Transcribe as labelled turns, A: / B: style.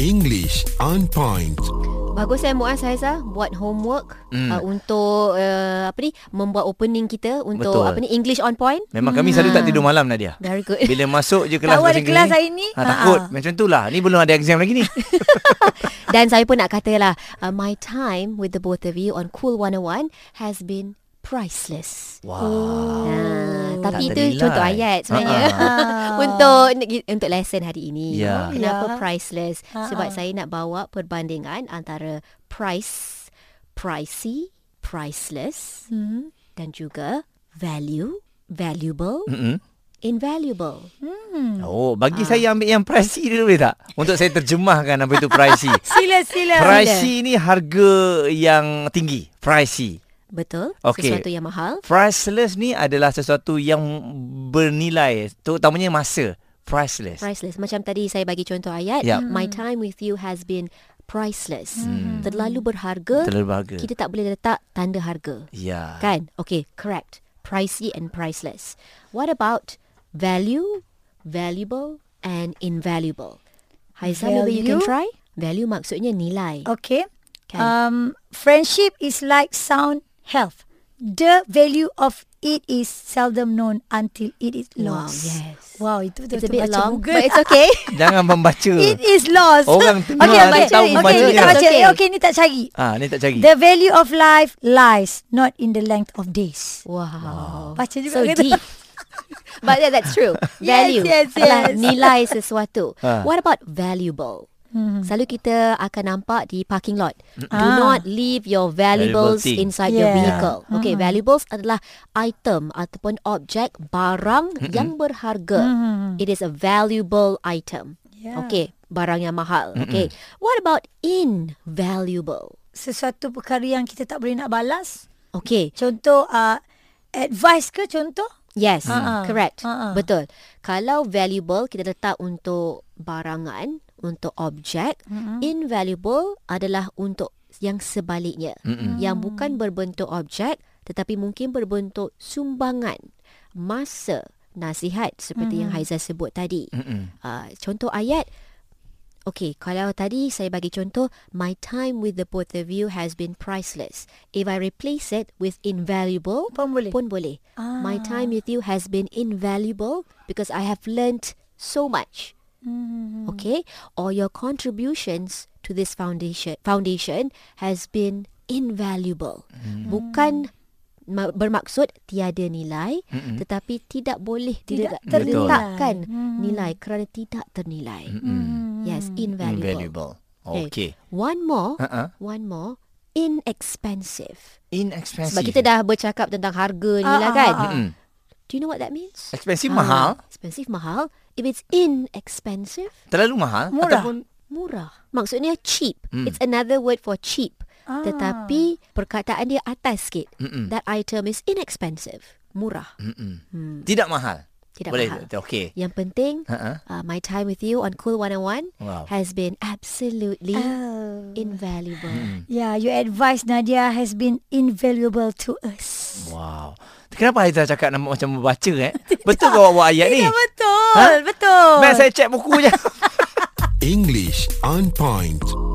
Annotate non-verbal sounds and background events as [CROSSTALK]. A: English on point.
B: Bagus eh Muaz Haizah buat homework mm.
C: Hmm.
B: uh, untuk uh, apa ni membuat opening kita untuk
C: Betul.
B: apa ni English on point.
C: Memang kami selalu tak tidur malam Nadia.
B: Very good.
D: [LAUGHS]
C: Bila masuk je kelas
D: Tahu ada
C: macam
D: Hmm. kelas
C: ni,
D: hari ni? Ah.
C: Ha, takut. Macam tu lah. Ni belum ada exam lagi
D: [LAUGHS]
C: ni.
B: Dan saya pun nak katalah uh, my time with the both of you on Cool 101 has been priceless.
C: Wah.
B: Ah, tapi
C: Oh, Tak
B: itu
C: ternilai.
B: contoh ayat sebenarnya.
D: Ah.
B: untuk untuk lesson hari ini. Oh,
C: Ya.
B: Kenapa
D: Ya.
B: priceless?
D: Ah,
B: Sebab
D: ah.
B: saya nak bawa perbandingan antara price, pricey, priceless
D: Hmm.
B: dan juga value, valuable,
C: Mm-mm.
B: invaluable.
D: Hmm.
C: Oh,
D: Ha.
C: bagi saya ambil yang pricey dulu boleh tak? Untuk saya terjemahkan apa itu pricey.
D: [LAUGHS] Sila sila.
C: pricey ni harga yang tinggi. Pricey.
B: Betul?
C: Okey.
B: Sesuatu yang mahal.
C: Priceless ni adalah sesuatu yang bernilai. Terutamanya masa. Priceless.
B: Priceless. Macam tadi saya bagi contoh ayat,
C: Yap.
B: my time with you has been priceless. Terlalu berharga.
C: Hmm. Terlalu berharga.
B: Kita tak boleh letak tanda harga.
C: Ya.
B: Kan? Okay, correct. Pricey and priceless. What about value, valuable and invaluable? Haizah, maybe you can
D: Value?
B: try. Value maksudnya nilai.
D: Okay.
B: Kan.
D: Um, friendship is like sound health. The value of it is seldom known until it is
B: Wow,
D: lost.
B: yes.
D: Wow, itu
B: It's a
D: betul-betul
B: bit
D: baca
B: long,
D: Google.
B: but it's okay.
C: Jangan membaca.
D: [LAUGHS] It is lost.
C: Orang tengah
D: okay,
C: ada
D: okay,
C: tahu
D: okay,
C: membaca
D: okay,
C: dia.
D: tak baca.
B: Okay.
D: Okay. okay, ni tak cari.
C: Ah, ni tak cari.
D: The value of life lies not in the length of days.
B: Wow.
D: Baca juga
B: So
D: kata.
B: deep. [LAUGHS] But yeah, that's true. Value.
D: yes,
B: adalah
D: yes.
B: nilai sesuatu.
C: Ha.
B: What about valuable? Selalu kita akan nampak di parking lot. Do
D: Hmm. Ah.
B: not leave your
C: Valuable
B: valuables
C: thing.
B: inside your
D: Yeah.
B: vehicle. Okay, valuables adalah item ataupun objek barang yang berharga. It is a valuable item.
D: Mm-hmm. Yeah.
B: Okay, barang yang mahal. Okay. What about invaluable?
D: Sesuatu perkara yang kita tak boleh nak balas.
B: Okay,
D: Contoh, uh, advice ke contoh?
B: Yes,
D: Ah, ah.
B: correct.
D: Ah, ah.
B: Betul. Kalau valuable kita letak untuk barangan, untuk objek. Invaluable adalah untuk yang sebaliknya. Yang bukan berbentuk objek tetapi mungkin berbentuk sumbangan, masa, nasihat seperti yang Haizah sebut tadi. Uh, contoh ayat Okay, kalau tadi saya bagi contoh, my time with the both of you has been priceless. If I replace it with invaluable,
D: Pun boleh.
B: pun boleh.
D: Ah.
B: My time with you has been invaluable because I have learnt so much.
D: Mm-hmm.
B: Okay? Or your contributions to this foundation foundation has been invaluable.
D: Mm-hmm.
B: Bukan ma- bermaksud tiada nilai tetapi tidak boleh
D: Tidak
B: dileta-
D: ternilai.
B: diletakkan
D: Hmm.
B: nilai kerana tidak ternilai. Yes, invaluable.
C: Invaluable. Okay.
B: One more,
C: Ha-ha.
B: one more inexpensive.
C: Inexpensive.
B: Sebab kita dah bercakap tentang harga ni lah
D: Ah,
B: kan.
D: ah,
C: Mm-mm.
B: Do you know what that means?
C: Expensive
B: Ah,
C: mahal.
D: Ha.
B: Expensive mahal. If it's inexpensive,
C: Terlalu mahal
B: Hmm.
D: Murah. Hmm.
C: ataupun
B: murah. Maksudnya cheap. It's another word for cheap.
D: Ah.
B: Tetapi perkataan dia atas sikit. That item is inexpensive. Murah.
D: Mm.
C: Mm-mm. tidak mahal.
B: Tidak
C: Boleh.
B: mahal.
C: Okey.
B: Yang penting,
D: Ha.
C: Ha-ha.
B: uh, my time with you on Cool 101
C: Wow.
B: has been absolutely
D: Oh.
B: invaluable.
D: Yeah, your advice Nadia has been invaluable to us.
C: Wow. Kenapa Aizah cakap nama macam membaca
B: [LAUGHS]
C: eh? Betul ke awak buat ayat ni?
D: Ya betul, ha? betul.
C: Mel saya cek buku je.
A: English on point.